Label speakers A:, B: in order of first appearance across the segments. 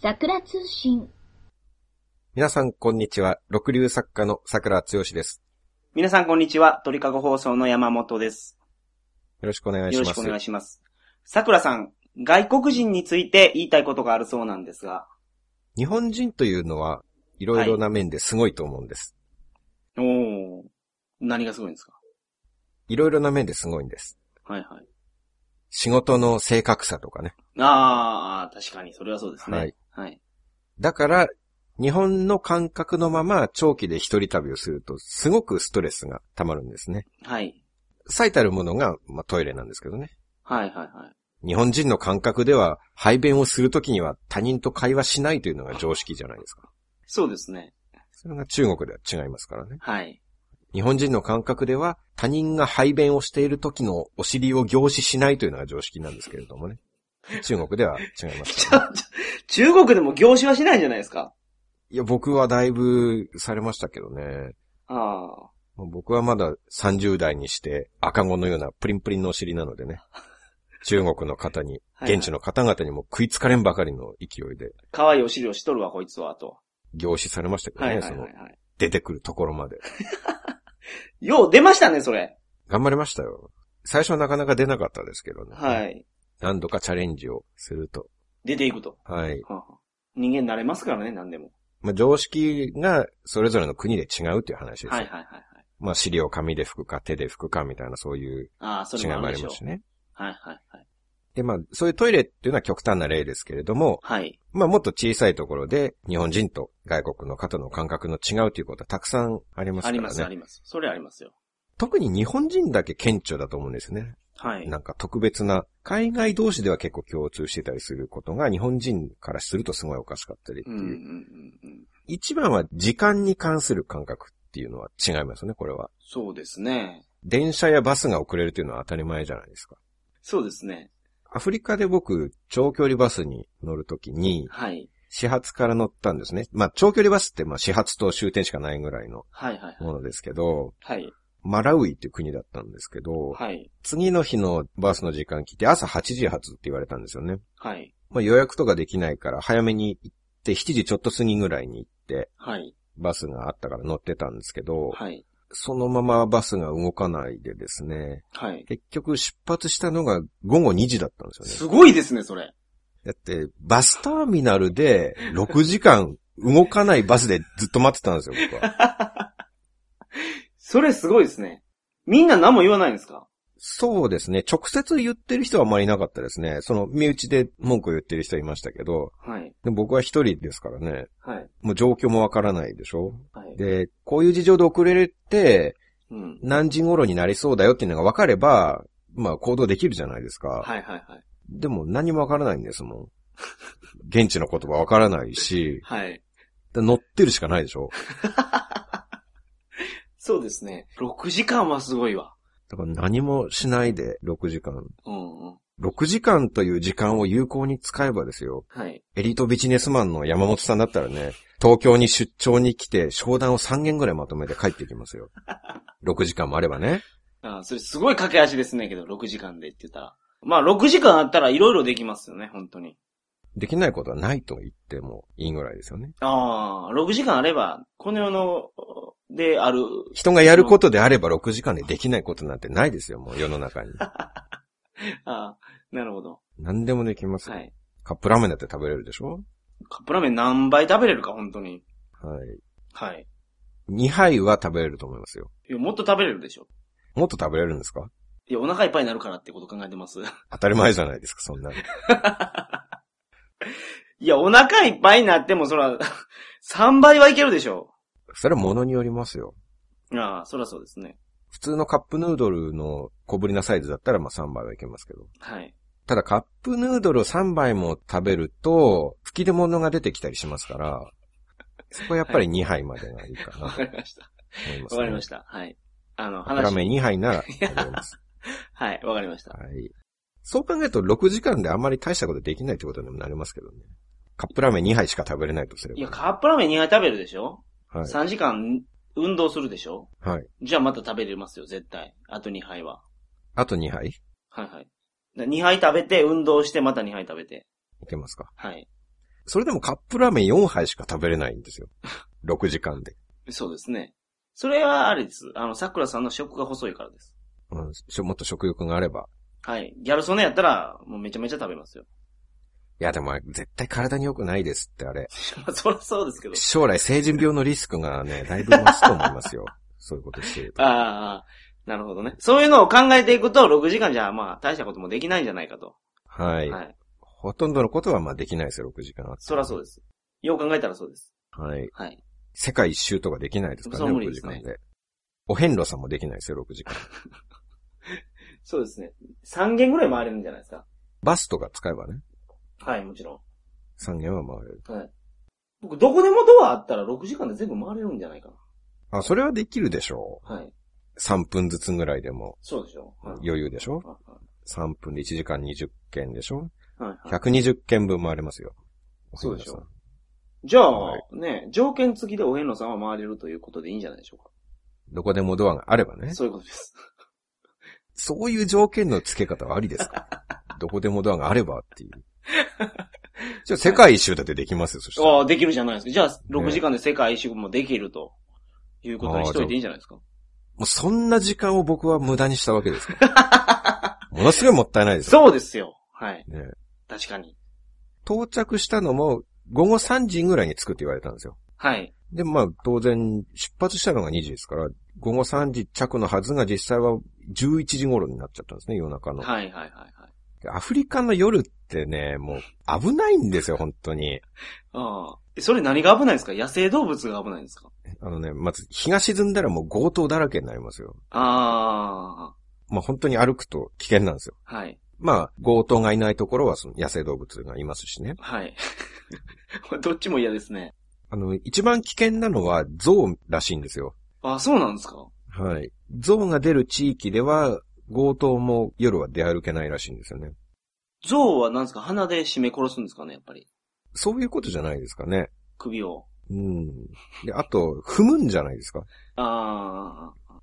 A: 桜通信。
B: 皆さん、こんにちは。六流作家の桜剛です。
C: 皆さんこんにちは。鳥かご放送の山本です。
B: よろしくお願いし
C: よろ
B: ま
C: し
B: す。
C: くお願いします。桜さん、外国人について言いたいことがあるそうなんですが。
B: 日本人というのは、いろいろな面ですごいと思うんです。
C: おー。何がすごいんですか
B: いろいろな面ですごいんです。
C: はいはい。
B: 仕事の正確さとかね。
C: あー、確かに、それはそうですね。
B: は
C: はいい。
B: だから、日本の感覚のまま長期で一人旅をすると、すごくストレスが溜まるんですね。
C: はい。
B: 最たるものが、まあ、トイレなんですけどね。
C: はいはいはい。
B: 日本人の感覚では、排便をするときには他人と会話しないというのが常識じゃないですか。
C: そうですね。
B: それが中国では違いますからね。
C: はい。
B: 日本人の感覚では、他人が排便をしている時のお尻を凝視しないというのが常識なんですけれど もね。中国では違いますからね、
C: 中国でも業種はしないんじゃないですか
B: いや、僕はだいぶされましたけどね。
C: あ
B: もう僕はまだ30代にして赤子のようなプリンプリンのお尻なのでね。中国の方に、
C: ー。 はい
B: 現地の方々にも食いつかれんばかりの勢いで
C: 可愛いお尻をしとるわ、こいつは、と。
B: 凝視されましたけど
C: は
B: ね、
C: いはい
B: そ
C: は
B: の
C: い、はい。
B: 出てくるところまで。
C: よう出ましたね、それ。
B: 頑張りましたよ。最初はなかなか出なかったですけどね。
C: はい。
B: 何度かチャレンジをすると。
C: 出ていくと。
B: はい。
C: はあはあ人間慣れますからね、何でも。
B: まあ、常識がそれぞれの国で違うっていう話ですよ。
C: はいはいはいはい。
B: まあ、尻を紙で拭くか手で拭くかみたいなそういう
C: ああ、そ
B: 違い
C: れも
B: も
C: あ
B: あ
C: る
B: り
C: でしょ
B: ま
C: う
B: す。しね。
C: はいはいはい。
B: で、まあ、そういうトイレっていうのは極端な例ですけれども、
C: はい。
B: まあ、もっと小さいところで日本人と外国の方の感覚の違うということはたくさんあります
C: あ
B: か
C: りま
B: ら
C: すあ
B: ね。
C: ります。それありますよ。
B: 特に日本人だけ顕著だと思うんですね。
C: はい。
B: なんか特別な、海外同士では結構共通してたりすることが日本人からするとすごいおかしかったりって
C: う
B: い
C: ん
B: う。
C: うんうんうん。
B: 一番は時間に関する感覚っていうのは違いますね、これは。
C: そうですね。
B: 電車やバスが遅れるというのは当たり前じゃないですか。
C: そうですね。
B: アフリカで僕、長距離バスに乗るときに、
C: はい。
B: 始発から乗ったんですね。まあ、長距離バスって、まあ、始発と終点しかないぐらいの
C: はいはい
B: ものですけど、
C: はい。
B: マラウイっていう国だったんですけど、
C: はい。
B: 次の日のバスの時間来て朝8時発って言われたんですよね。
C: はい。
B: まあ、予約とかできないから早めに行って、7時ちょっと過ぎぐらいに行って、
C: はい。
B: バスがあったから乗ってたんですけど、
C: はい。
B: そのままバスが動かないでですね、
C: はい。
B: 結局出発したのが午後2時だったんですよね。
C: すごいですね、それ。
B: だって、バスターミナルで6時間動かないバスでずっと待ってたんですよ、僕は。
C: それすごいですね。みんな何も言わないんですか
B: そうですね。直接言ってる人はあまりいなかったですね。その、身内で文句を言ってる人はいましたけど、
C: はい。
B: でも僕は一人ですからね。
C: はい。
B: もう状況もわからないでしょ
C: はい。
B: で、こういう事情で遅れて、
C: うん。
B: 何時頃になりそうだよっていうのが分かれば、まあ行動できるじゃないですか。
C: はいはいはい。
B: でも何もわからないんですもん。現地の言葉わからないし、
C: はい。
B: で乗ってるしかないでしょ。
C: そうですね。6時間はすごいわ。
B: だから何もしないで6時間。
C: うんうん。
B: 6時間という時間を有効に使えばですよ。
C: はい。
B: エリートビジネスマンの山本さんだったらね、東京に出張に来て商談を3件ぐらいまとめて帰ってきますよ。6時間もあればね。
C: ああ、それすごい駆け足ですね、けど、6時間でって言ったら。まあ、6時間あったらいろいろできますよね、本当に。
B: できないことはないと言ってもいいぐらいですよね。
C: ああ、6時間あれば、この世の、である、
B: 人がやることであれば6時間でできないことなんてないですよ、もう世の中に。
C: ああ、なるほど。
B: 何でもできますよ。
C: はい。
B: カップラーメンだって食べれるでしょ
C: カップラーメン何杯食べれるか、本当に。
B: はい。
C: はい。
B: 2杯は食べれると思いますよ。
C: いやもっと食べれるでしょ。
B: もっと食べれるんですか
C: いや、お腹いっぱいになるからってこと考えてます。
B: 当たり前じゃないですか、そんなの。
C: いや、お腹いっぱいになっても、そら、3倍はいけるでしょ。
B: それは物によりますよ。
C: ああ、そらそうですね。
B: 普通のカップヌードルの小ぶりなサイズだったら、まあ3杯はいけますけど。
C: はい。
B: ただカップヌードルを3杯も食べると、吹き出物が出てきたりしますから、そこはやっぱり2杯までがいいかな
C: わ
B: と
C: かりました。
B: 思います、ね。
C: わかりました。はい。あの、
B: カップラーメ
C: 話。
B: ン2杯なら食べれ ます。
C: はい、わかりました。
B: はい。そう考えると6時間であんまり大したことできないってことにもなりますけどね。カップラーメン2杯しか食べれないとすれば
C: い
B: ね、
C: や、カップラーメン2杯食べるでしょ
B: はい。
C: ?3 時間運動するでしょ
B: はい。
C: じゃあまた食べれますよ、絶対。あと2杯は。
B: あと2杯い
C: はいはい。だ2杯食べて、運動して、また2杯食べて。
B: けますか
C: はい。
B: それでもカップラーメン4杯しか食べれないんですよ。6時間で。
C: そうですね。それはあれです。あの、桜さんの食が細いからです。
B: うん、しょもっと食欲があれば。
C: はい。ギャル曽根やったら、もうめちゃめちゃ食べますよ。
B: いやでも、絶対体に良くないですってあれ。
C: まあ、そりゃそうですけど。
B: 将来成人病のリスクがね、だいぶ増すと思い ますよ。そういうことしてると。
C: ああ、なるほどね。そういうのを考えていくと、6時間じゃ、まあ、大したこともできないんじゃないかと。
B: はい。
C: はい。
B: ほとんどのことはまあできないですよ、6時間は。
C: そりゃそうです。よう考えたらそうです。
B: はい。
C: はい。
B: 世界一周とかできないですから
C: そう
B: ね、
C: 無理
B: 6時
C: ですね
B: 間で。お遍路さんもできないですよ、6時間。
C: そうですね。3軒ぐらい回れるんじゃないですか。
B: バスとか使えばね、
C: はい、もちろ
B: 3軒は回れる。
C: ん。はい。僕、どこでもドアあったら6時間で全部回れるんじゃないか
B: あ、それはできるでしょ
C: な。はい。
B: う。3分ずつぐらいでも
C: そうでしょ。はい。
B: 余裕でしょ
C: は
B: ?3 分で1時間20件でしょ
C: いはい。
B: 120件分回れますよ。お遍
C: そう
B: 路
C: でし
B: さん
C: ょじゃあ
B: は、
C: ね、条件付きでお遍路さんは回れるということでいいんじゃないでしょう
B: どこでもドアがあればね
C: か。。そういうことです。
B: そういう条件の付け方はありです かどこでもドアがあればっていう。じゃあ世界一周だってできますよ、そしたら。
C: ああ、できるじゃないですか。じゃあ、6
B: ね
C: 時間で世界一周もできると。いうことにしといていいんじゃないですか。
B: もうそんな時間を僕は無駄にしたわけですから。 ものすごいもったいないですよ。
C: そうですよ。はい。
B: ね
C: 確かに。
B: 到着したのも午後3時ぐらいに着くって言われたんですよ。
C: はい。
B: で、まあ当然出発したのが2時ですから、午後3時着のはずが実際は11時頃になっちゃったんですね、夜中の。
C: はいはいはいはい。
B: アフリカの夜ってね、もう危ないんですよ、本当に。
C: ああ。えそれ何が危ないんですか野生動物が危ないんですか
B: あのね、まず日が沈んだらもう強盗だらけになりますよ。
C: あ
B: まあ本当に歩くと危険なんですよ。
C: あ。はい。
B: まあ強盗がいないところはその野生動物がいますしね。
C: はい。 どっちも嫌ですね。
B: あの、一番危険なのは象らしいんですよ。
C: ああ、そうなんですか
B: はい。象が出る地域では強盗も夜は出歩けないらしいんですよね。
C: 象は何ですか鼻で締め殺すんですかねやっぱり。
B: そういうことじゃないですかね。
C: 首を。
B: うん。で、あと、踏むんじゃないですか。
C: ああ。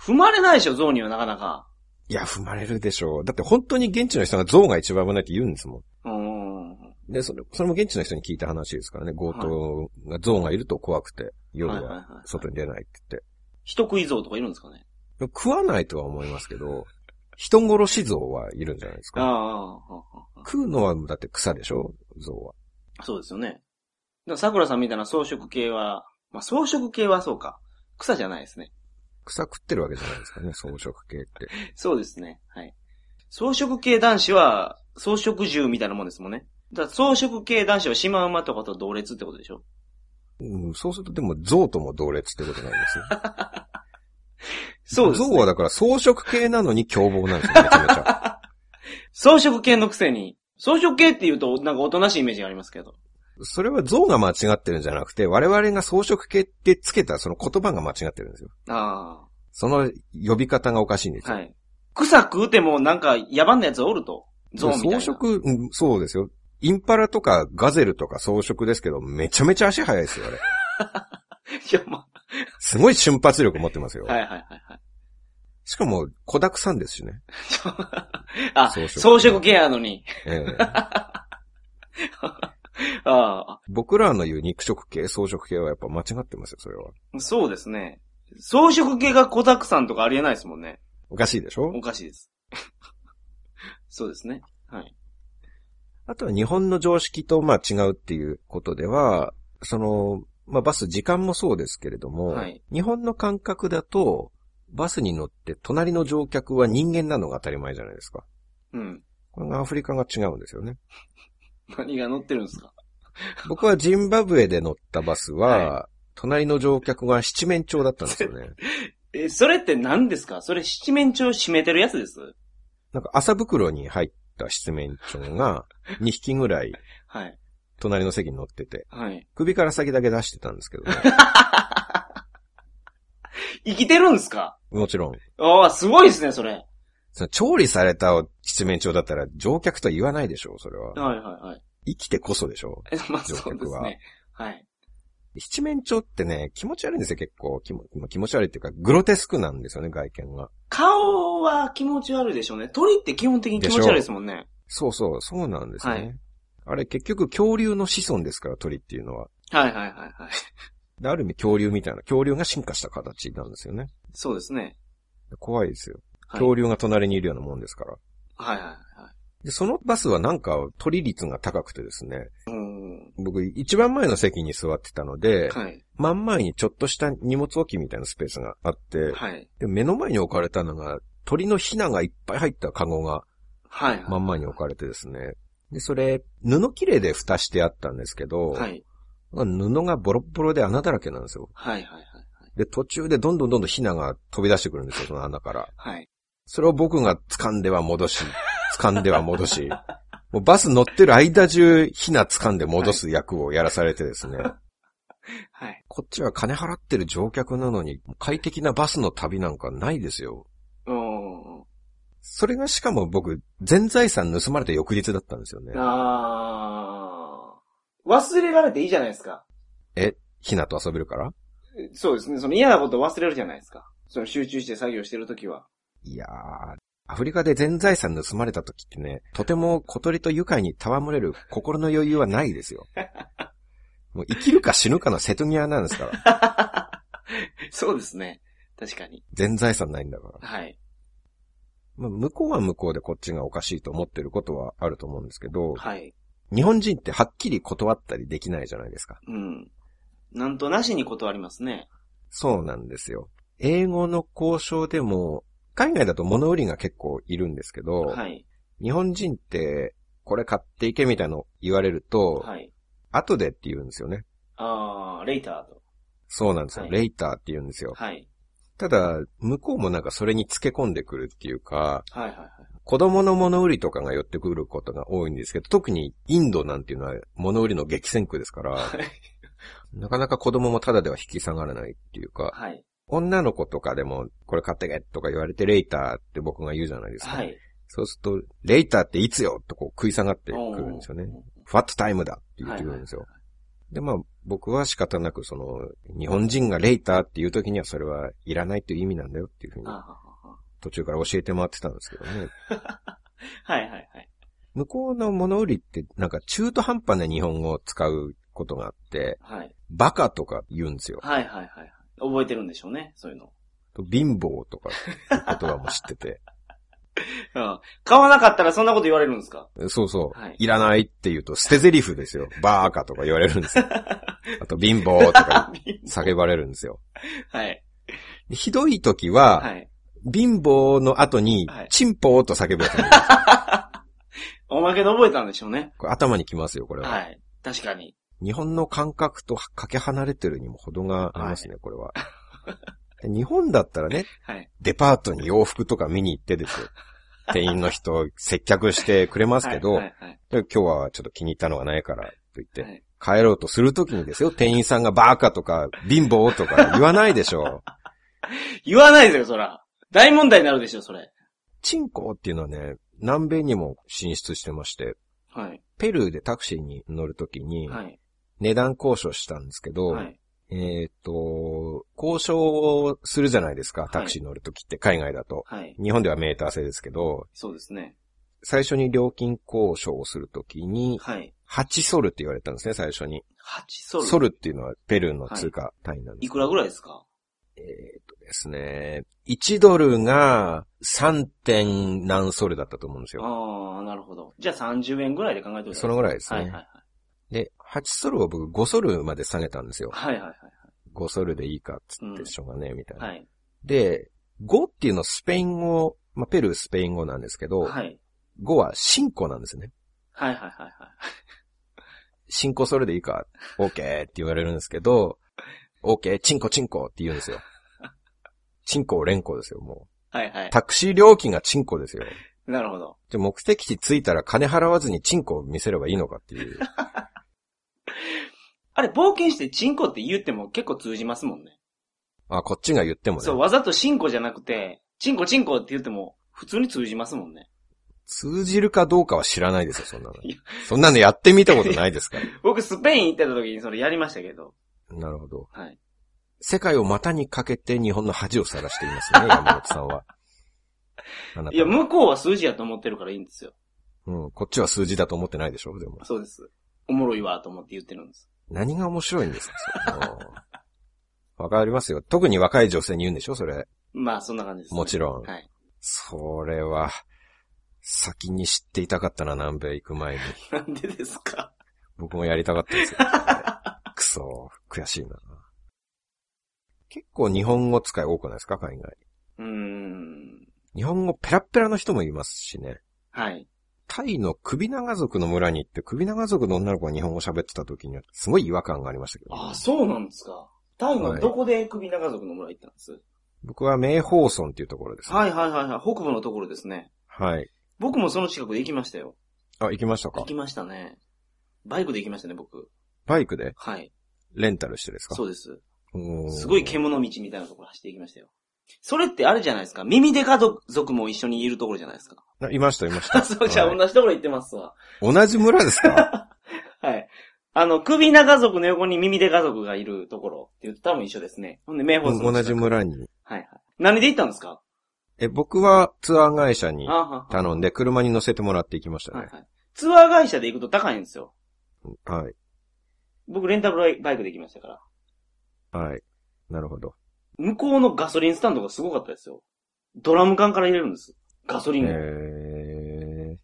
C: 踏まれないでしょ、象にはなかなか。
B: いや、踏まれるでしょう。だって本当に現地の人が象が一番危ないって言うんですもん。
C: うーん。
B: で、それ、それも現地の人に聞いた話ですからね、強盗が、象がいると怖くて、夜
C: はいはい
B: は
C: はいはい
B: 外に出ないって言って。
C: 人食い象とかいるんですかね
B: 食わないとは思いますけど、人殺し象はいるんじゃないです
C: ああ
B: か。
C: あああああ
B: 食うのはだって草でしょ象は。
C: あ。そうですよね。だから桜さんみたいな装飾系は、まあ装飾系はそうか。草じゃないですね。
B: 草食ってるわけじゃないですかね、草食系って。
C: そうですね。はい。草食系男子は、草食獣みたいなもんですもんね。だから草食系男子はシマウマとかと同列ってことでしょ
B: うん、そうするとでも象とも同列ってことなんですね。
C: そうです、
B: 象は
C: ね。
B: だから草食系なのに凶暴なんですよ、めちゃめち ゃ。
C: 草食系のくせに、草食系って言うと、なんかおとなしいイメージがありますけど。
B: それは象が間違ってるんじゃなくて、我々が草食系ってつけたその言葉が間違ってるんですよ。
C: あ
B: その呼び方がおかしいんですよ。
C: あ。はい。草食うてもなんか野蛮なやつおると。象みたいな。
B: 草食、うんそうですよ。インパラとかガゼルとか草食ですけど、めちゃめちゃ足速いですよ、あ れ。
C: いや、ま
B: すごい瞬発力持ってますよ。
C: あ、はいはいはい はい。
B: しかも、子沢山ですしね。
C: あ、
B: 草食
C: 草食系やのに。
B: ええ
C: あ
B: 僕らの言う肉食系、草食系はやっぱ間違ってますよ、それは。
C: あ、そうですね。草食系が小沢さんとかありえないですもんね。
B: おかしいでしょ
C: おかしいです。 そうですね。はい。
B: あとは日本の常識とまあ違うっていうことでは、その、まあバス時間もそうですけれども、
C: はい
B: 日本の感覚だと、バスに乗って隣の乗客は人間なのが当たり前じゃないですか。
C: うん。
B: これがアフリカが違うんですよね。
C: 何が乗ってるんですか
B: 僕はジンバブエで乗ったバスは、隣の乗客が七面鳥だったんですよね。
C: え、それって何ですかそれ七面鳥締めてるやつです
B: なんか朝袋に入った七面鳥が2匹ぐらい
C: はい。
B: 隣の席に乗ってて、
C: はい。
B: 首から先だけ出してたんですけ どね。
C: 生きてるんですか
B: もちろん。
C: ああ、すごいですね、それ。はい
B: その調理された七面鳥だったら乗客とは言わないでしょう、それは。
C: はいはい。
B: 生きてこそでしょう。
C: え、 まあ
B: 乗客
C: そうです
B: は
C: ね。はい。
B: 七面鳥ってね、気持ち悪いんですよ、結構。気もまあ気持ち悪いっていうか、グロテスクなんですよね、外見が。
C: 顔は気持ち悪いでしょうね。鳥って基本的に気持ち悪いですもんね。
B: そうそう、そうなんですよね。
C: はい
B: あれ結局恐竜の子孫ですから、鳥っていうのは。
C: はいはいはいはい。
B: である意味恐竜みたいな、恐竜が進化した形なんですよね。
C: そうですね。
B: 怖いですよ。
C: はい
B: 恐竜が隣にいるようなもんですから。
C: はいはいはい。
B: で、そのバスはなんか取り率が高くてですね、
C: うん。
B: 僕一番前の席に座ってたので、
C: はい。
B: 真ん前にちょっとした荷物置きみたいなスペースがあって、
C: はい。
B: で目の前に置かれたのが、鳥のヒナがいっぱい入ったカゴが
C: はいはい。
B: 真ん前に置かれてですね。で、それ、布切れで蓋してあったんですけど、
C: はい。
B: 布がボロッボロで穴だらけなんですよ。
C: はいはいはいはい。
B: で、途中でどんどんどんどんヒナが飛び出してくるんですよ、その穴から。
C: はい。
B: それを僕が掴んでは戻し、掴んでは戻し、もうバス乗ってる間中、ヒナ掴んで戻す役をやらされてですね、
C: はい。
B: こっちは金払ってる乗客なのに、快適なバスの旅なんかないですよ。
C: お
B: それがしかも僕、全財産盗まれた翌日だったんですよね
C: ー。。あー。忘れられていいじゃないですか。
B: え、ヒナと遊べるから
C: そうですね。その嫌なこと忘れるじゃないですか。その集中して作業してるときは。
B: いやー、アフリカで全財産盗まれた時ってね、とても小鳥と愉快に戯れる心の余裕はないですよ。もう生きるか死ぬかの瀬戸際なんですから。
C: そうですね。確かに。
B: 全財産ないんだから。
C: はい。
B: まあ、向こうは向こうでこっちがおかしいと思ってることはあると思うんですけど、
C: はい。
B: 日本人ってはっきり断ったりできないじゃないですか。
C: うん。なんとなしに断りますね。
B: そうなんですよ。英語の交渉でも、海外だと物売りが結構いるんですけど、
C: はい。
B: 日本人って、これ買っていけみたいなの言われると、
C: はい。
B: 後でって言うんですよね。
C: あー、レイターと。
B: そうなんですよ。
C: はい
B: レイターって言うんですよ。
C: はい。
B: ただ、向こうもなんかそれに付け込んでくるっていうか、
C: はいはいはい。
B: 子供の物売りとかが寄ってくることが多いんですけど、特にインドなんていうのは物売りの激戦区ですから、
C: はい
B: なかなか子供もただでは引き下がらないっていうか、
C: はい。
B: 女の子とかでも、これ買ってけとか言われてレイターって僕が言うじゃないですか。
C: はい。
B: そうすると、レイターっていつよとこう食い下がってくるんですよね。ファットタイムだって言ってくるんですよ。で、まあ、僕は仕方なく、その、日本人がレイターっていう時にはそれはいらないっていう意味なんだよっていうふうに
C: あ、
B: 途中から教えて回ってたんですけどね。
C: はいはいはい。
B: 向こうの物売りって、なんか中途半端な日本語を使うことがあって、
C: はい。
B: バカとか言うんですよ。
C: はいはいはいはい。覚えてるんでしょうね、そういうの。
B: 貧乏とかっていう言葉も知ってて。
C: うん買わなかったらそんなこと言われるんですか
B: そうそう。
C: はい
B: い、らないって言うと捨て台詞 ですよ。バーカとか言われるんですよ。あと貧乏とか叫ばれるんですよ。
C: はい。
B: でひどい時は、
C: はい。
B: 貧乏の後に
C: はい、
B: チンポーと叫ぶやつ、
C: おまけで覚えたんでしょうね。
B: これ頭にきますよ、これは。
C: はい。確かに。
B: 日本の感覚とかけ離れてるにも程がありますね、これは。で日本だったらね、
C: はい。
B: デパートに洋服とか見に行ってです よ。店員の人、接客してくれますけど、
C: はいはいはい
B: で今日はちょっと気に入ったのがないから、と言って、
C: はい
B: 帰ろうとするときにですよ、店員さんがバーカとか、貧乏とか言わないでし ょう。
C: 言わないですよ、そら。大問題になるでしょ、それ。
B: チンコっていうのはね、南米にも進出してまして、
C: はい。
B: ペルーでタクシーに乗るときに、
C: はい。
B: 値段交渉したんですけど、
C: はい。
B: えっ、と、交渉をするじゃないですか、
C: い
B: タクシー乗るときって、海外だと。
C: はい。
B: 日本ではメーター制ですけど、
C: そうですね。
B: 最初に料金交渉をするときに、
C: はい。
B: 8ソルって言われたんですね、最初に。
C: 八ソ
B: ソ
C: ル。
B: ルっていうのはペルーの通貨単位なんで
C: い
B: す
C: くらぐらいですか
B: ですね。1ドルが 3. 点何ソルだったと思うんですよ。
C: ああ、なるほど。じゃあ30円ぐらいで考えておいて
B: そのぐらいですね
C: はいはい
B: で、8ソルを僕5ソルまで下げたんですよ。
C: はい。はいはい
B: 5ソルでいいかっつっ
C: う
B: て
C: ん
B: しょうがねえみたいな。
C: はい。はい。
B: で、5っていうのはスペイン語、まあ、ペルースペイン語なんですけど、
C: はい。
B: 5は進行なんですね。
C: はいはいはいはい。
B: 進行それでいいか、OK って言われるんですけど、OK、チンコチンコって言うんですよ。チンコ連行ですよ、も
C: はいは
B: う。
C: い。
B: タクシー料金がチンコですよ。
C: なるほど。
B: で、目的地着いたら金払わずにチンコを見せればいいのかって いう。
C: あれ、冒険してチンコって言っても結構通じますもんね。
B: あ、こっちが言ってもね
C: そう、。わざとチンコじゃなくて、チンコチンコって言っても普通に通じますもんね。
B: 通じるかどうかは知らないですよ、そんなの
C: いや。
B: そんなのやってみたことないですから。
C: 僕、スペイン行ってた時にそれやりましたけど。
B: なるほど。
C: はい。
B: 世界を股にかけて日本の恥を晒 していますね、山本さんは。あなたはい
C: や、向こうは数字やと思ってるからいいんですよ。
B: うん、こっちは数字だと思ってないでしょ、でも。
C: そうです。おもろいわと思って言ってるんです。
B: 何が面白いんですかそ のわかりますよ。特に若い女性に言うんでしょ、それ。
C: まあ、そんな感じです、
B: もちろん。
C: はい。
B: それは、先に知っていたかったな、南米行く前に。
C: なんでですか
B: 僕もやりたかった ですよ。くそー、悔しいな。結構日本語使い多くないですか、海外。
C: うーん。
B: 日本語ペラッペラの人もいますしね。
C: はい。
B: タイの首長族の村に行って、首長族の女の子が日本語喋ってた時には、すごい違和感がありましたけど、
C: ああ、そうなんですか。タイのどこで首長族の村行ったんです、
B: 僕は明宝村っていうところです、ね。
C: はい、はいはいはい。北部のところですね。
B: はい。
C: 僕もその近くで行きましたよ。
B: あ、行きましたか
C: 行きましたね。バイクで行きましたね、僕。
B: バイクで
C: はい。
B: レンタルしてですか
C: そうです。
B: う
C: すごい
B: け
C: 獣道みたいなところ走っていきましたよ。それってあれじゃないですか。耳で家族も一緒にいるところじゃないですか。
B: いました、いました。
C: そうじゃあ
B: はい
C: 同じところ行ってますわ。
B: 同じ村です か
C: はい。あの、首長族の横に耳で家族がいるところって言って多分一緒ですね。ほんで、名
B: う
C: 宝
B: ん
C: 村の
B: 同じ。
C: 近く
B: 村に。
C: はいはい。何で行ったんですか
B: え、僕はツアー会社に
C: あはは
B: 頼んで、車に乗せてもらって行きました
C: はい
B: ね。
C: はい。ツアー会社で行くと高いんですよ。
B: はい。
C: 僕、レンタルバイクで行きましたから。
B: はい。なるほど。
C: 向こうのガソリンスタンドがすごかったですよ。ドラム缶から入れるんです。ガソリ
B: え
C: ンを。
B: ー。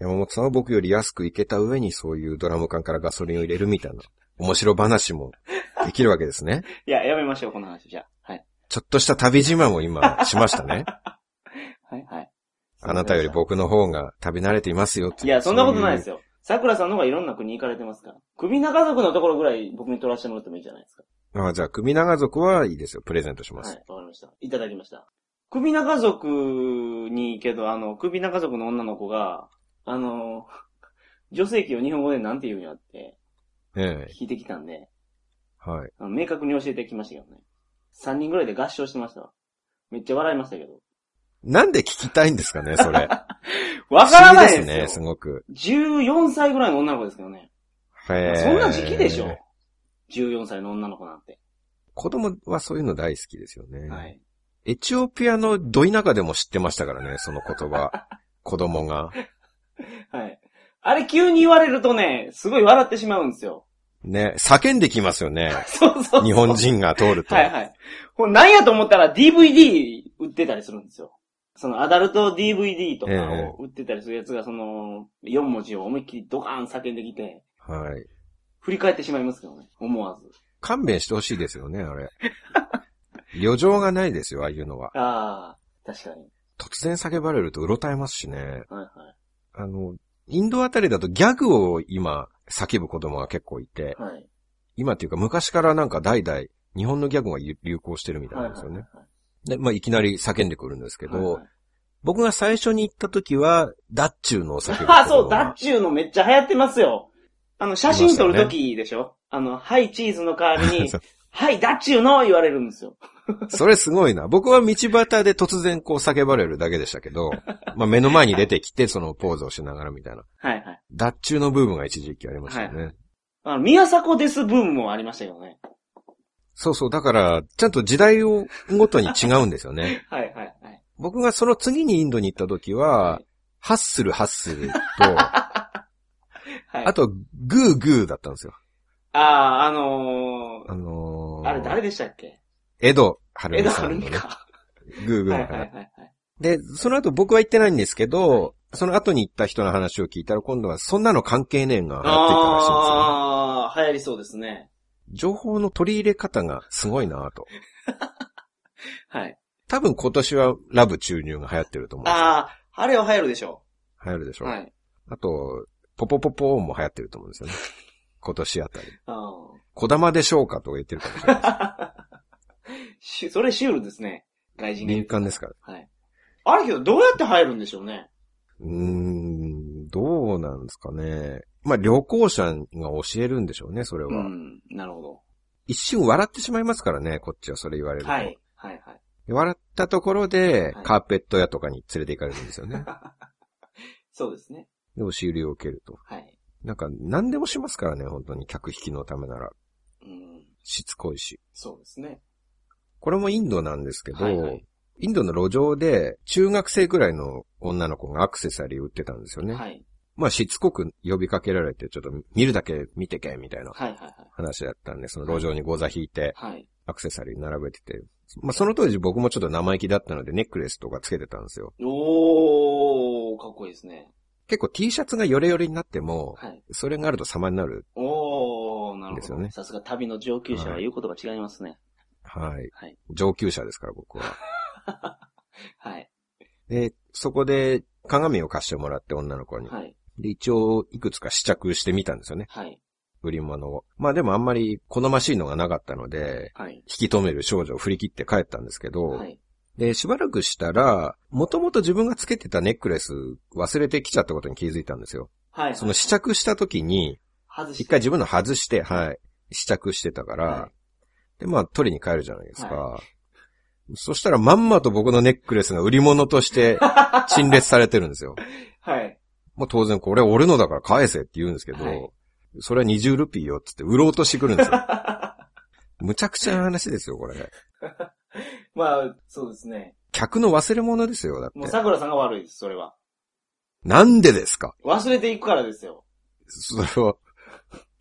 B: 山本さんは僕より安く行けた上にそういうドラム缶からガソリンを入れるみたいな面白話もできるわけです ね。
C: いや、やめましょう、この話じゃ。はい。
B: ちょっとした旅自慢を今しました ね。
C: はい、はい。
B: あなたより僕の方が旅慣れていますよって。
C: いや、そんなことないです
B: よ。
C: よ。桜さんの方がいろんな国行かれてますから。首長族のところぐらい僕に取らせてもらってもいいじゃないですか。
B: あじゃあ、首長族はいいですよ。プレゼントしま
C: はい
B: す。、
C: わかりました。いただきました。首長族に、けど、あの、首長族の女の子が、あの、女性器を日本語でなんて言うんやって
B: ええ
C: 聞いてきたんで、
B: はい。
C: あの明確に教えてきましたけどね。3人ぐらいで合唱してましたわ。めっちゃ笑いましたけど。
B: なんで聞きたいんですかね、それ。
C: わからない
B: 不思議
C: で
B: ね、
C: す
B: す
C: よ。
B: ごく。
C: 14歳ぐらいの女の子ですけどね。
B: へえ
C: そんな時期でしょ。14歳の女の子なんて。
B: 子供はそういうの大好きですよね。
C: はい。
B: エチオピアのど田舎でも知ってましたからね、その言葉。 子供が。
C: はい。あれ急に言われるとね、すごい笑ってしまうんですよ。
B: ね、叫んできますよね。
C: そうそうそう
B: 日本。人が通ると。
C: はいはい。これなんやと思ったら DVD 売ってたりするんですよ。そのアダルト DVD とかを売ってたりするやつが、その4文字を思いっきりドカーン叫んできて、
B: はい。
C: 振り返ってしまいますけどね、思わず。
B: 勘弁してほしいですよね、あれ。余剰がないですよ、ああいうのは。
C: ああ、確かに。
B: 突然叫ばれるとうろたえますしね。
C: はいは
B: あの、インドあたりだとギャグを今叫ぶ子供が結構いて、
C: い。はい。
B: 今っていうか昔からなんか代々日本のギャグが流行してるみたい
C: はい
B: なん
C: は
B: です
C: い
B: よ
C: はい
B: ね。で、まあいきなり叫んでくるんですけど、
C: はいはい。
B: 僕が最初に行った時は、ダッチューのお酒。
C: あ、そう、ダッチューのめっちゃ流行ってますよ。あの、写真撮るときでしょあの、はい、チーズの代わり に
B: そ、
C: はい、ダッチューの言われるんですよ。
B: それすごいな。僕は道端で突然こう叫ばれるだけでしたけ ど、まあ目の前に出てきてそのポーズをしながらみたいな。
C: はいはい。
B: ダッチューの部分が一時期ありましたよね。
C: あの、宮迫ですブームもありましたけどね。
B: そうそう。だから、ちゃんと時代をごとに違うんですよね。
C: はいはいはい。
B: 僕がその次にインドに行った時は、ハッスルハッスルと、
C: はい。
B: あと、グーグーだったんですよ。
C: ああ、あの
B: あの
C: ー、
B: ー、
C: あれ誰でしたっけ
B: 江戸春
C: 江戸
B: 美さ
C: 春
B: んの
C: 美
B: ね、
C: か。
B: グーグ
C: は
B: ー
C: い
B: の
C: はいは
B: 話。
C: いはい。
B: で、その後僕は行ってないんですけど、その後に行った人の話を聞いたら、今度はそんなの関係ねえが流行っていたらしいんですよね。
C: ああ、流行りそうですね。
B: 情報の取り入れ方がすごいなぁと。
C: はい。
B: 多分今年はラブ注入が流行ってると思うんですよ。
C: ああ、あれは流行るでしょ
B: 流行るでし
C: う。
B: ょ、
C: はい。
B: あと、ポポポポーンも流行ってると思うんですよね。今年あたり。
C: あ
B: 小玉でしょうかとか言ってるかもしれない。
C: ー しゅそれシュールですね。外人が
B: 敏
C: 言うと
B: 感ですから。
C: はい。あれけど、どうやって入るんでしょうね。
B: うーん、どうなんですかね。まあ、旅行者が教えるんでしょうね、それは。
C: うん、なるほど。
B: 一瞬笑ってしまいますからね、こっちはそれ言われると。
C: はい、はい、はい。
B: 笑ったところで
C: はい、
B: カーペット屋とかに連れて行かれるんですよ ね。
C: そうですね。
B: で、押し売りを受けると。
C: はい。
B: なんか、何でもしますからね、本当に。客引きのためなら。
C: うん、
B: しつこいし。
C: そうですね。
B: これもインドなんですけど、
C: はいはい
B: インドの路上で、中学生くらいの女の子がアクセサリーを売ってたんですよね。
C: はい。
B: まあしつこく呼びかけられて、ちょっと見るだけ見てけ、みたいな
C: はいはいはい。
B: 話だったんで、その路上にゴザ引いて、
C: はい。
B: アクセサリー並べてて、まあその当時僕もちょっと生意気だったのでネックレスとかつけてたんですよ。
C: おー、かっこいいですね。
B: 結構 T シャツがヨレヨレになっても、
C: はい。
B: それがあると様になる。
C: おー、な
B: で
C: る
B: す
C: ほ
B: よ
C: ど。
B: ね
C: さすが旅の上級者は言うことが違いますね。
B: はい。
C: はい。
B: 上級者ですから僕は。
C: はい。
B: で、そこで鏡を貸してもらって女の子に。
C: はい。
B: で、一応いくつか試着してみたんですよね。
C: はい。
B: 売り物を。まあでもあんまり好ましいのがなかったので、
C: はい。
B: 引き止める少女を振り切って帰ったんですけど、
C: はい。
B: で、しばらくしたら、もともと自分がつけてたネックレス忘れてきちゃったことに気づいたんですよ。
C: はい。
B: その試着した時に、
C: 外して。
B: 一回自分の外して、はい、試着してたから、
C: は
B: で、まあ取りに帰るじゃないですか。
C: は
B: そしたらまんまと僕のネックレスが売り物と して陳列されてるんですよ。
C: はい。
B: まあ当然これ俺のだから返せって言うんですけど、
C: はい
B: それは20ルピーよってって売ろうとしてくるんです よ。むちゃくちゃな話ですよ、これ。
C: まあ、そうですね。
B: 客の忘れ物ですよ、だっ
C: もう
B: て。
C: 桜さんが悪いです、それは。
B: なんでですか
C: 忘れていくからですよ。
B: それは、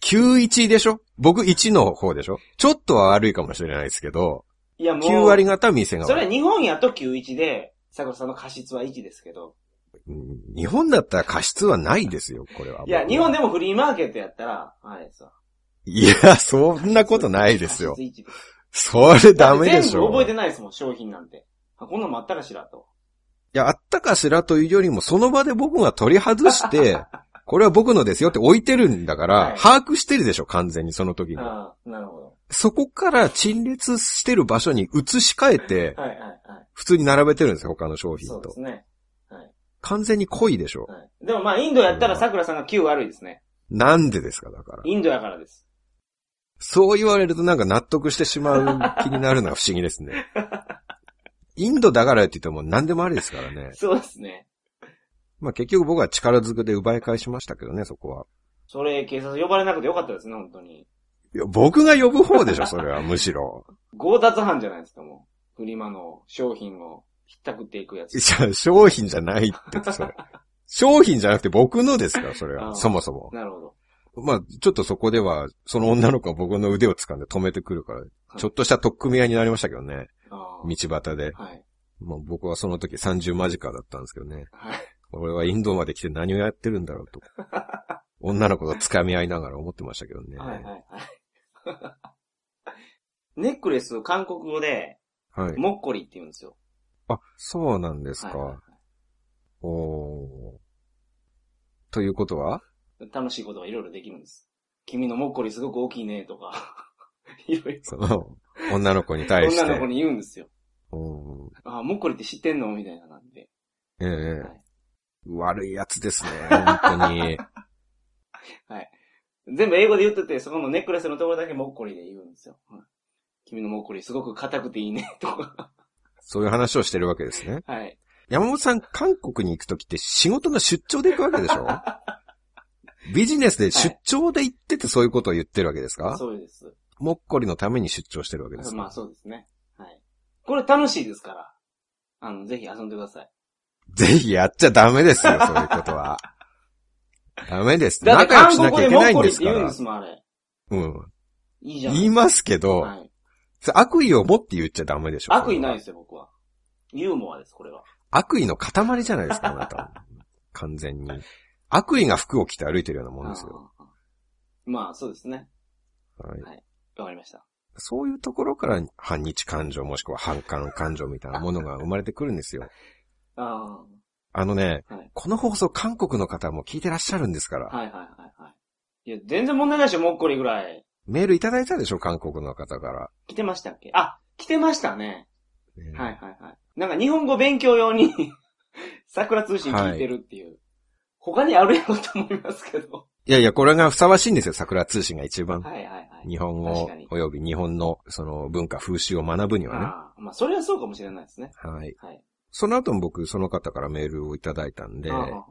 B: 91でしょ僕1の方でしょちょっとは悪いかもしれないですけど、
C: いや、もう。
B: 9割方店が
C: それ
B: 悪い
C: は日本やと91で、桜さんの過失は1ですけど。
B: うん日本だったら過失はないですよ、これは。
C: いや、日本
B: で。
C: でもフリーマーケットやったら、あれですわ。
B: いや、そんなことないですよ
C: 過。失1です
B: それダメでし
C: 全部
B: ょ。
C: 覚え
B: い
C: てないですもん、商品なんて。あ、こんなんもあったかしらと。
B: や、あったかしらというよりも、その場で僕が取り外 して、これは僕のですよって置いてるんだから、
C: はい
B: 把握してるでしょ、完全にその時に。
C: ああ、なるほど。
B: そこから陳列してる場所に移し替えて、
C: はいはいは
B: 普通に並べてるんですよ、他の商
C: い。
B: 品
C: そうで
B: と
C: す。ね。
B: 完全に濃いでしょ。
C: はい。でもまあ、インドやったら桜さんが9悪いですね。
B: なんでですか、だから。
C: インドやからです。
B: そう言われるとなんか納得してしまう気になるのが不思議ですね。インドだからって言っても何でもありですからね。
C: そうですね。
B: まあ結局僕は力ずくで奪い返しましたけどね、そこは。
C: それ、警察呼ばれなくてよかったですね、本当に。
B: いや、僕が呼ぶ方でしょ、それは、むしろ。
C: 強奪犯じゃないですか、もう。フリマの商品をひったくっていくやつ。
B: いや商品じゃないって、それ。商品じゃなくて僕のですから、それ
C: あ
B: は。
C: あ
B: そもそも。
C: なるほど。
B: まあ、ちょっとそこでは、その女の子は僕の腕を掴んで止めてくるから、ちょっとした取っ組み合いになりましたけどね。
C: あ
B: 道端で。
C: あ。はい。
B: もう僕はその時30間近だったんですけどね。
C: はい。
B: 俺はインドまで来て何をやってるんだろう と。女の子と掴み合いながら思ってましたけどね。
C: はいはいはい。 ネックレス、韓国語で、
B: はい。
C: モッコリって言うんですよ。
B: あ、そうなんですか。
C: は
B: おー。ということはい
C: はい楽しいことがいろいろできるんです。君のモッコリすごく大きいね、とか。 いろい
B: その、女の子に
C: ろ。
B: 対して。
C: 女の子に言うんですよ。
B: うん
C: あ、モッコリって知ってんのみたいななんで。
B: ええ
C: はい
B: 悪いやつですね、本当 に。
C: 全部英語で言ってて、そこのネックレスのところだけモッコリで言うんですよ。はい君のモッコリすごく硬くていいね、とか。
B: そういう話をしてるわけですね。
C: はい。
B: 山本さん、韓国に行くときって仕事の出張で行くわけでし ょビジネスで出張で行っててそういうことを言ってるわけですか、
C: そうです。
B: もっこりのために出張してるわけですか、
C: まあそうですね。はい。これ楽しいですから。あの、ぜひ遊んでください。
B: ぜひやっちゃダメです よ、そういうことは。ダメです。
C: だって
B: 仲良くしな
C: 韓
B: きゃ
C: 国
B: い
C: で
B: け
C: モ
B: ないん
C: ッコ
B: で
C: リっ
B: す
C: て
B: か
C: 言うんで
B: ら。
C: すもん、あれ。
B: うん。
C: いいじゃん。
B: 言いますけど、
C: はい。
B: 悪意を持って言っちゃダメでしょ。
C: 悪意ない
B: い。
C: ですよ、僕は。ユーモアです、これは。
B: 悪意の塊じゃないですか、あな た。完全に。悪意が服を着て歩いてるようなもんですよ。
C: ああまあ、そうですね。
B: はい
C: わかりました。
B: そういうところから反日感情もしくは反感感情みたいなものが生まれてくるんですよ。
C: あ
B: あのね、
C: はい
B: この放送韓国の方も聞いてらっしゃるんですから、
C: あ。はいはいはいはい。いや、全然問題ないでしょ、もっこりぐらい。
B: メールいただいたでしょ、韓国の方から。
C: 来てましたっけあ、来てましたね。
B: ね
C: はいはいはい。なんか日本語勉強用に、 桜通信聞いてるっていう。他にあるやろうと思いますけど。
B: いやいや、これがふさわしいんですよ、桜通信が一番。
C: はいはいはい。
B: 日本語
C: 確かに、
B: および日本の、その文化、風習を学ぶにはね。
C: ああまあ、それはそうかもしれないですね。
B: はい。
C: はい。
B: その後も僕、その方からメールをいただいたんで、
C: ああ
B: な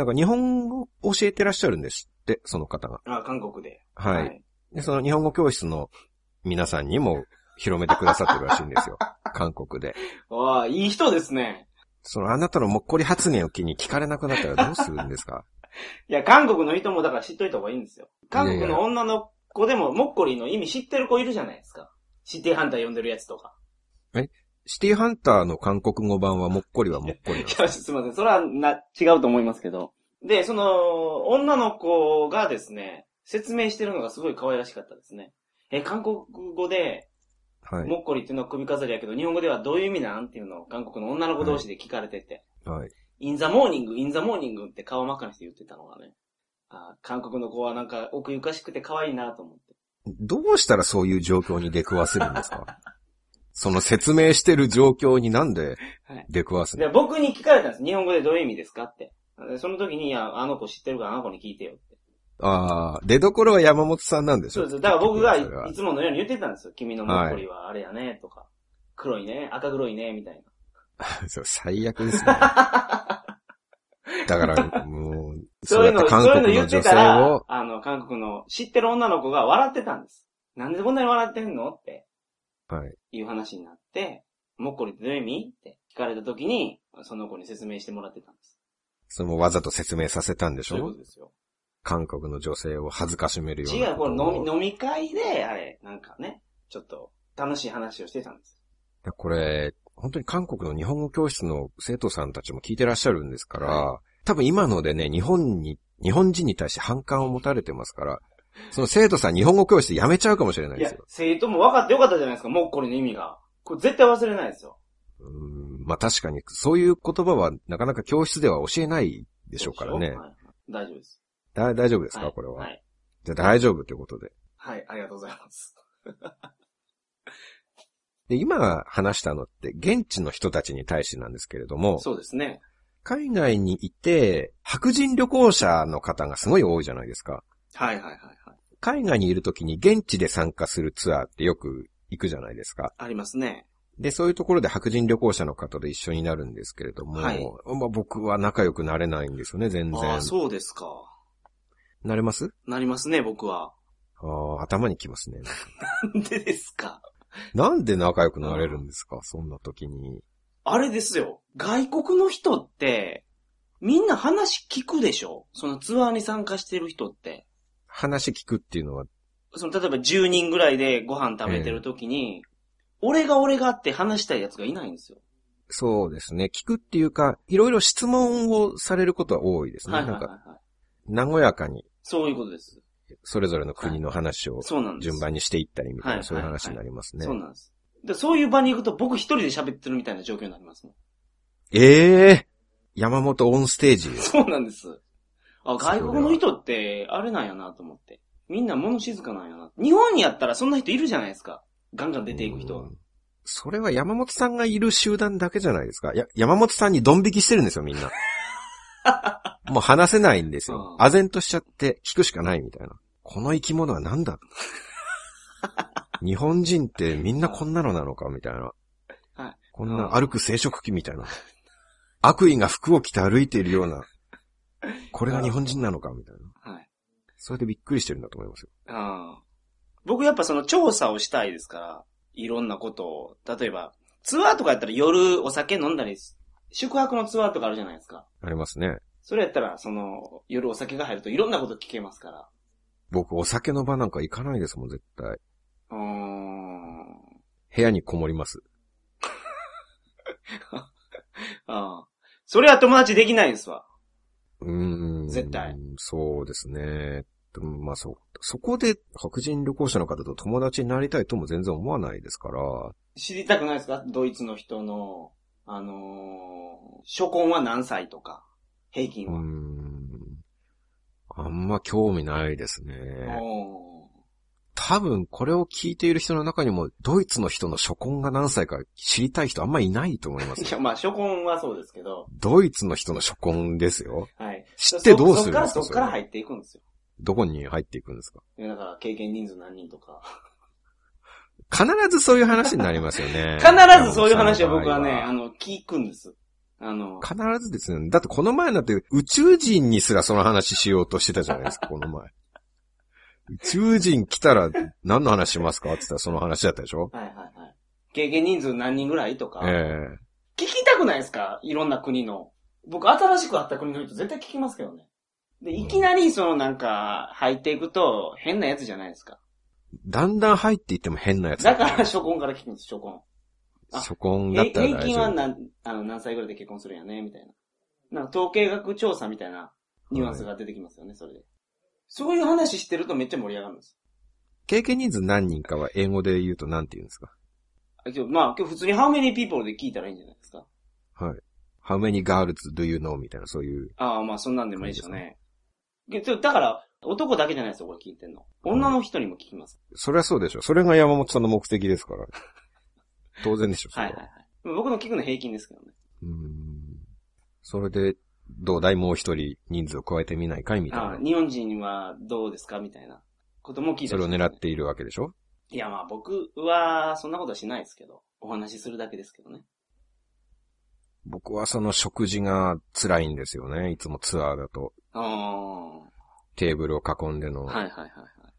C: あ
B: んか日本語を教えてらっしゃるんですって、その方が。
C: あああ韓国で。
B: はい。で、その日本語教室の皆さんにも広めてくださってるらしいん ですよ。韓国で。
C: ああ、いい人ですね。
B: そのあなたのもっこり発言を機に聞かれなくなったらどうするんですか
C: いや、韓国の人もだから知っといた方がいいんですよ。韓国の女の子でも、モッコリーの意味知ってる子いるじゃないですか。シティハンター読んでるやつとか。
B: シティハンターの韓国語版はもっこりはもっこりなん
C: い
B: です
C: や、すいません。それはな、違うと思いますけど。で、その、女の子がですね、説明してるのがすごい可愛らしかったですね。え、韓国語で、
B: はい。
C: もっこりっていうのは首飾りやけど、日本語ではどういう意味なんっていうのを韓国の女の子同士で聞かれてて、
B: はい。
C: インザモーニング、インザモーニングって顔真っ赤にして言ってたのがね、あ韓国の子はなんか奥ゆかしくて可愛いなと思って。
B: どうしたらそういう状況に出くわせるんですか その説明してる状況になんで
C: はい
B: 出くわすの、
C: で、僕に聞かれたんです。日本語でどういう意味ですかって。でその時に、いや、あの子知ってるからあの子に聞いてよって。
B: ああ、出所は山本さんなんでし
C: そう
B: ょ
C: です。だから僕がい
B: それはい
C: つものように言ってたんですよ。君のもっこりはあれやね、とか。黒いね、赤黒いね、みたいな。
B: そう最悪ですね。 だ から、もう、
C: そういうの、
B: やって韓
C: そういうの
B: 国
C: 言
B: の
C: って
B: 女
C: た
B: 性
C: ら
B: を、、
C: あの、韓国の知ってる女の子が笑ってたんです。なんでこんなに笑ってんのって
B: はい。
C: いう話になって、もっこりってどういう意味って聞かれた時に、その子に説明してもらってたんです。
B: それもわざと説明させたんでし
C: そういうこ
B: ょ
C: とですよ。
B: 韓国の女性を恥ずかしめるよう
C: 違
B: な
C: う、
B: こ
C: ことれ
B: を。
C: 飲み、飲み会で、あれ、なんかね、ちょっと楽しい話をしてたんです。
B: いやこれ、本当に韓国の日本語教室の生徒さんたちも聞いてらっしゃるんですから、
C: は
B: 多分今のでね、日本に、日本人に対して反感を持たれてますから、その生徒さん日本語教室やめちゃうかもしれない
C: い
B: で
C: や
B: すよ。、
C: 生徒も分かってよかったじゃないですか、もっこりの意味が。これ絶対忘れないですよ。
B: うーんまあ確かに、そういう言葉はなかなか教室では教えないで
C: で
B: しょうからね。
C: はい大丈夫です。
B: だ大丈夫ですか、
C: はい
B: これは。
C: はい。
B: じゃあ大丈夫ということで。
C: はい、ありがとうございます。
B: で、今話したのって、現地の人たちに対してなんですけれども、
C: そうですね。
B: 海外にいて、白人旅行者の方がすごい多いじゃないですか。
C: はいはいはいはい。
B: 海外にいるときに現地で参加するツアーってよく行くじゃないですか。
C: ありますね。
B: で、そういうところで白人旅行者の方で一緒になるんですけれども、
C: はい
B: まあ僕は仲良くなれないんですよね、全
C: あ
B: 然
C: あ、。そうですか。
B: なれます
C: なりますね、僕は。
B: あー頭にきますね。
C: なんでですか。
B: なんで仲良くなれるんですか、そんな時に。
C: あれですよ。外国の人って、みんな話聞くでしょそのツアーに参加してる人って。
B: 話聞くっていうのは、
C: その、例えば10人ぐらいでご飯食べてる時に、俺が俺がって話したいやつがいないんですよ。
B: そうですね。聞くっていうか、いろいろ質問をされることは多いですね。
C: はいは
B: な
C: いは
B: ん
C: い
B: か、
C: はい。
B: 和やかに、
C: そういうことです。
B: それぞれの国の話を
C: そうなんです。
B: 順番にしていったりみたいな、
C: はい
B: そういう話になりますね。
C: そうなんです。でそういう場に行くと僕一人で喋ってるみたいな状況になりますもん。
B: ええ山本オンステージ。
C: そうなんです。あ、
B: それは
C: 外国の人って、あれなんやなと思って。みんな物静かなんやな。日本にやったらそんな人いるじゃないですか。ガンガン出ていく
B: う
C: 人。
B: んそれは山本さんがいる集団だけじゃないですか。や、山本さんにドン引きしてるんですよ、みんな。 もう話せないんですよ。
C: うん
B: 唖然としちゃって聞くしかないみたいな。この生き物は何 だ日本人ってみんなこんなのなのかみたいな。
C: はい
B: こんな歩く生殖器みたいな。悪意が服を着て歩いているような。これが日本人なのかみたいな。
C: はい。
B: それでびっくりしてるんだと思いますよ。
C: あ僕やっぱその調査をしたいですから、いろんなことを。例えば、ツアーとかやったら夜お酒飲んだり、宿泊のツアーとかあるじゃないですか。
B: ありますね。
C: それやったら、その、夜お酒が入るといろんなこと聞けますから。
B: 僕、お酒の場なんか行かないですもん、絶対。
C: うーん。
B: 部屋にこもります。
C: ああ。それは友達できないですわ。
B: うーん。
C: 絶対。
B: そうですね。うんまあそう。そこで白人旅行者の方と友達になりたいとも全然思わないですから、
C: 知りたくないですかドイツの人の、あのー初婚は何歳とか、平均
B: うーん。あ
C: は。
B: んま興味ないですね。
C: おー
B: 多分これを聞いている人の中にも、ドイツの人の初婚が何歳か知りたい人あんまいないと思います
C: い
B: よ。
C: や、まあ、初婚はそうですけど、
B: ドイツの人の初婚ですよ。
C: はい。
B: 知ってどうするん
C: そ
B: で
C: っ
B: す
C: そ
B: か
C: っから、そっから
B: それ
C: 入っていくんですよ。
B: どこに入っていくんですか
C: いやだから、経験人数何人とか。。
B: 必ずそういう話になりますよね
C: 必ずそういう話を僕はね、あの、聞くんです。あの、
B: 必ずですよね。だってこの前なんて宇宙人にすらその話しようとしてたじゃないですか、この前。宇宙人来たら何の話しますかって言ったらその話だったでしょ
C: はいはいはい。経験人数何人ぐらいとか、
B: ええ
C: 聞きたくないですかいろんな国の。僕、新しく会った国の人絶対聞きますけどね。で、いきなりそのなんか入っていくと変なやつじゃないですか。
B: だんだん入っていっても変なやつ
C: だから初婚から聞くんです、初婚。ら
B: 初婚だ
C: え
B: ったら大丈夫。
C: 平均は何あの何歳ぐらいで結婚するんやね、みたいな。なんか統計学調査みたいなニュアンスが出てきますよね、それで。そういう話してるとめっちゃ盛り上がるんです。
B: 経験人数何人かは英語で言うと何て言うんですか
C: あ今日まあ今日普通に How many people で聞いたらいいんじゃないですか。
B: はい。How many girls do you know? みたいな、そういう。
C: ああ、まあそんなんでもいいですよね。でちょだから、男だけじゃないですよ、これ聞いてんの。女の人にも聞きます。
B: それはそうでしょ。それが山本さんの目的ですから。当然でしょ、そ
C: は
B: れ
C: い
B: は。
C: はいはい。僕の聞くの平均ですけどね。
B: うーん。それで、どうだいもう一人人数を加えてみないかいみたい
C: あ
B: な
C: あ。日本人はどうですかみたいなことも聞い
B: そ
C: た
B: れ
C: りし
B: を
C: ますね
B: 狙っているわけでしょ
C: いやまあ僕はそんなことはしないですけど、お話しするだけですけどね。
B: 僕はその食事が辛いんですよね。いつもツアーだと。
C: ああ、は
B: テーブルを囲んで
C: い
B: の
C: はいはいはい。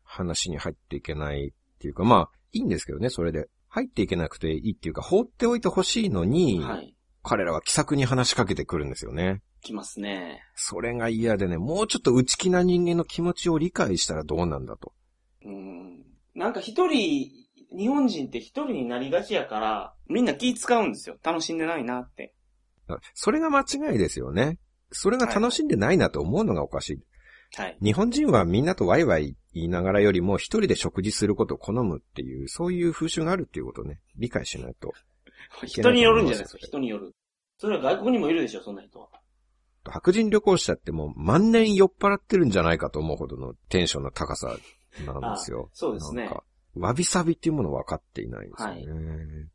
B: 話に入っていけないっていうか、まあ、いいんですけどね、それで。入っていけなくていいっていうか、放っておいてほしいのに、
C: はい。
B: 彼らは気さくに話しかけてくるんですよね。
C: 来ますね。
B: それが嫌でね、もうちょっと内気な人間の気持ちを理解したらどうなんだと。
C: うん。なんか一人、日本人って一人になりがちやから、みんな気使うんですよ。楽しんでないなって。
B: あそれが間違いですよね。それが楽しんでないなと思うのがおかしい。
C: はい。
B: 日本人はみんなとワイワイ言いながらよりも一人で食事することを好むっていう、そういう風習があるっていうことをね、理解しないと。
C: 人によるんじゃないですか、人による。それは外国にもいるでしょ、そんな人は。。
B: 白人旅行者ってもう万年酔っ払ってるんじゃないかと思うほどのテンションの高さなんですよ
C: そうですね
B: なんか、わびさびっていうものを分かっていないんですよね。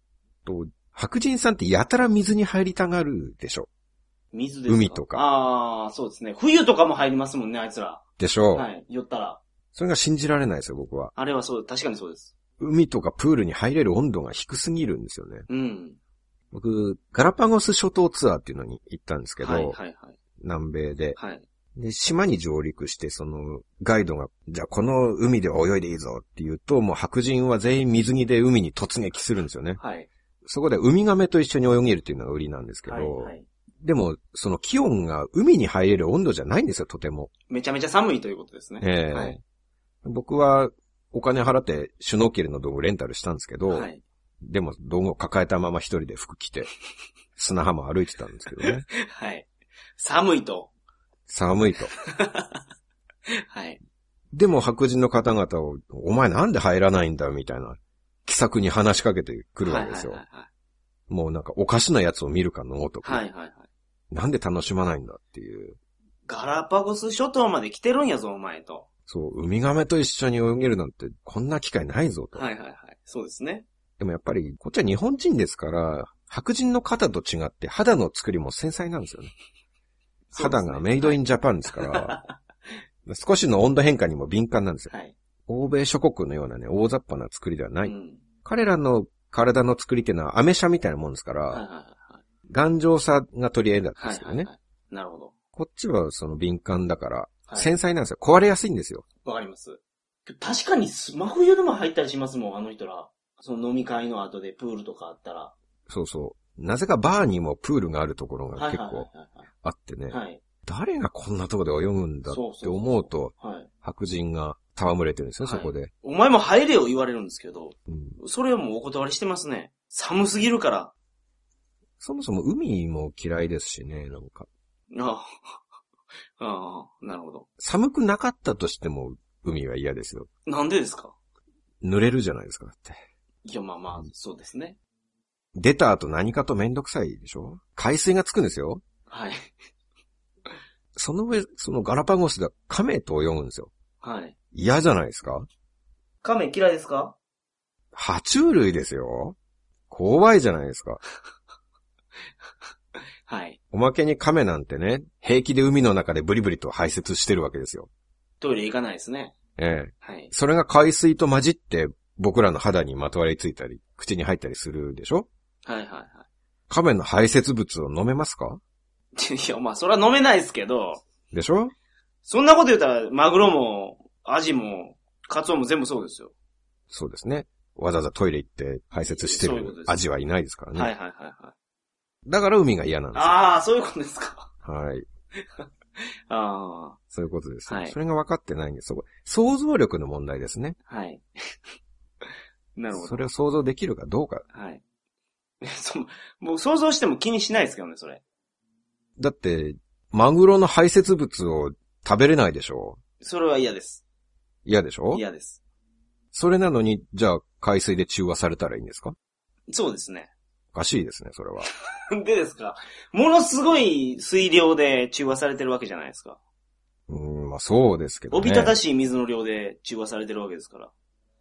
B: と白人さんってやたら水に入りたがるでしょ。
C: 水ですか
B: 海とか
C: ああ、そうですね。冬とかも入りますもんね、あいつら。
B: でしょう、
C: はい。寄ったら。
B: それが信じられないですよ、僕は。
C: あれはそう、確かにそうです。
B: 海とかプールに入れる温度が低すぎるんですよね。
C: うん。
B: 僕、ガラパゴス諸島ツアーっていうのに行ったんですけど、
C: はい、はい、はい。
B: 南米で。
C: はい。
B: で、島に上陸して、その、ガイドが、じゃあこの海では泳いでいいぞって言うと、もう白人は全員水着で海に突撃するんですよね。
C: はい。
B: そこでウミガメと一緒に泳げるっていうのが売りなんですけど、
C: はい、はい。
B: でも、その気温が海に入れる温度じゃないんですよ、とても。
C: めちゃめちゃ寒いということですね。
B: ええ
C: はい。
B: 僕は、お金払って、シュノーケルの道具レンタルしたんですけど、
C: はい。
B: でも、道具を抱えたまま一人で服着て、 砂浜歩いてたんですけどね。
C: はい。寒いと。
B: 寒いと。
C: はい。
B: でも白人の方々を、お前なんで入らないんだみたいな、気さくに話しかけてくるわけですよ。
C: はい、は
B: もうなんかおかしなやつを見るかのごとく、
C: いはいはい。はい、はい、はい。
B: なんで楽しまないんだっていう。
C: ガラパゴス諸島まで来てるんやぞ、お前と。
B: そう、ウミガメと一緒に泳げるなんてこんな機会ないぞと。
C: はい、はい、はい。そうですね。
B: でもやっぱり、こっちは日本人ですから、白人の方と違って肌の作りも繊細なんですよね。肌がメイドイ
C: ン。
B: ンジャパンですから、 少しの温度変化にも敏感なんですよ。
C: はい。
B: 欧米諸国のようなね、大雑把な作りではな。
C: はいい。うん
B: 彼らの体の作りっていうのはアメ車みたいなもんですから、
C: はい、はい、はい
B: 頑丈さが取り柄だったん
C: は
B: で
C: い。
B: すよ
C: は
B: ね。
C: い、はい。なるほど。
B: こっちはその敏感だから、
C: はい
B: 繊細なんですよ。壊れやすいんですよ。
C: わかります。確かにす真冬でも入ったりしますもん、あの人ら。その飲み会の後でプールとかあったら。
B: そうそう。なぜかバーにもプールがあるところが
C: はい
B: 結
C: はい
B: 構
C: は
B: あってね
C: い。、はい。
B: 誰がこんなとこで泳ぐんだって思うと、
C: はい。はい。
B: 白人が戯れてるんですよ、
C: はい
B: そこで。
C: お前も入れよ言われるんですけど、
B: うん
C: それはもうお断りしてますね。寒すぎるから。
B: そもそも海も嫌いですしね、なんか。
C: ああ。ああ、なるほど。
B: 寒くなかったとしても海は嫌ですよ。
C: なんでですか
B: 濡れるじゃないですか、だって。
C: いや、まあまあ、そうですね。
B: 出た後何かとめんどくさいでしょ海水がつくんですよ。
C: はい。
B: その上、そのガラパゴスが亀と泳ぐんですよ。
C: はい。
B: 嫌じゃないですか
C: 亀嫌いですか
B: 爬虫類ですよ。怖いじゃないですか。
C: はい。
B: おまけに亀なんてね、平気で海の中でブリブリと排泄してるわけですよ。
C: トイレ行かないですね。
B: ええ。
C: はい。
B: それが海水と混じって僕らの肌にまとわりついたり、口に入ったりするでしょ
C: はいはいは
B: 亀の排泄物を飲めますか
C: い。いや、まあ、それは飲めないですけど、
B: でしょ
C: そんなこと言ったら、マグロも、アジも、カツオも全部そうですよ。
B: そうですね。わざわざトイレ行って排泄して
C: そういうこと
B: る
C: です
B: 味はいないですからね。
C: はいはいはいはい。
B: だから海が嫌なんです
C: ああ、そういうことですか。
B: よ。はい。
C: ああ。
B: そういうことです、
C: はい
B: それが分かってないんです。そこ想像力の問題ですね。
C: はい。 なるほ
B: そ
C: ど。
B: れを想像できるかどうか。
C: はい。 そう、もう想像しても気にしないですけどね、それ。
B: だって、マグロの排泄物を食べれないでしょ
C: それは嫌です。
B: 嫌でしょ
C: 嫌です。
B: それなのに、じゃあ海水で中和されたらいいんですか
C: そうですね。
B: おかしいですね、それは。
C: でですか。ものすごい水量で中和されてるわけじゃないですか。
B: うーん、まあそうですけどね。
C: おびただしい水の量で中和されてるわけですから。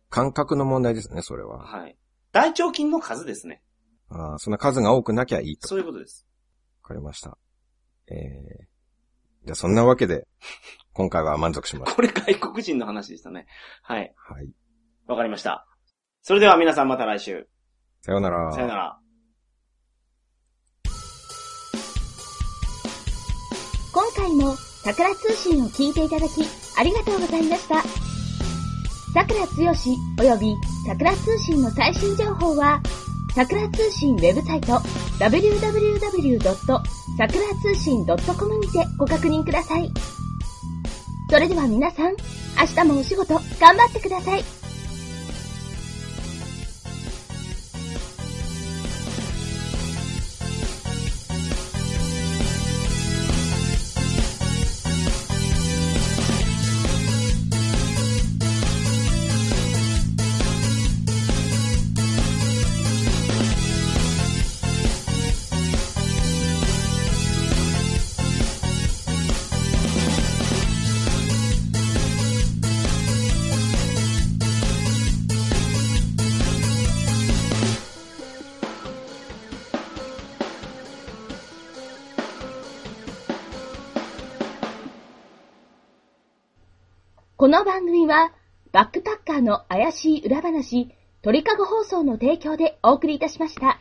B: 感覚の問題ですね、それは。
C: はい。大腸菌の数ですね。
B: ああ、そんな数が多くなきゃいいと。
C: そういうことです。
B: わかりました。えー、じゃあそんなわけで、今回は満足しまし
C: これ外国人の話でしたね。はい。
B: た。はい。
C: わかりました。それでは皆さんまた来週。
B: さようなら。
C: さよなら。
A: 今回も桜通信を聞いていただきありがとうございました。桜つよし及び桜通信の最新情報は桜通信ウェブサイト www.sakura 通信 .com にてご確認ください。それでは皆さん、明日もお仕事頑張ってください。この番組は、バックパッカーの怪しい裏話、鳥かご放送の提供でお送りいたしました。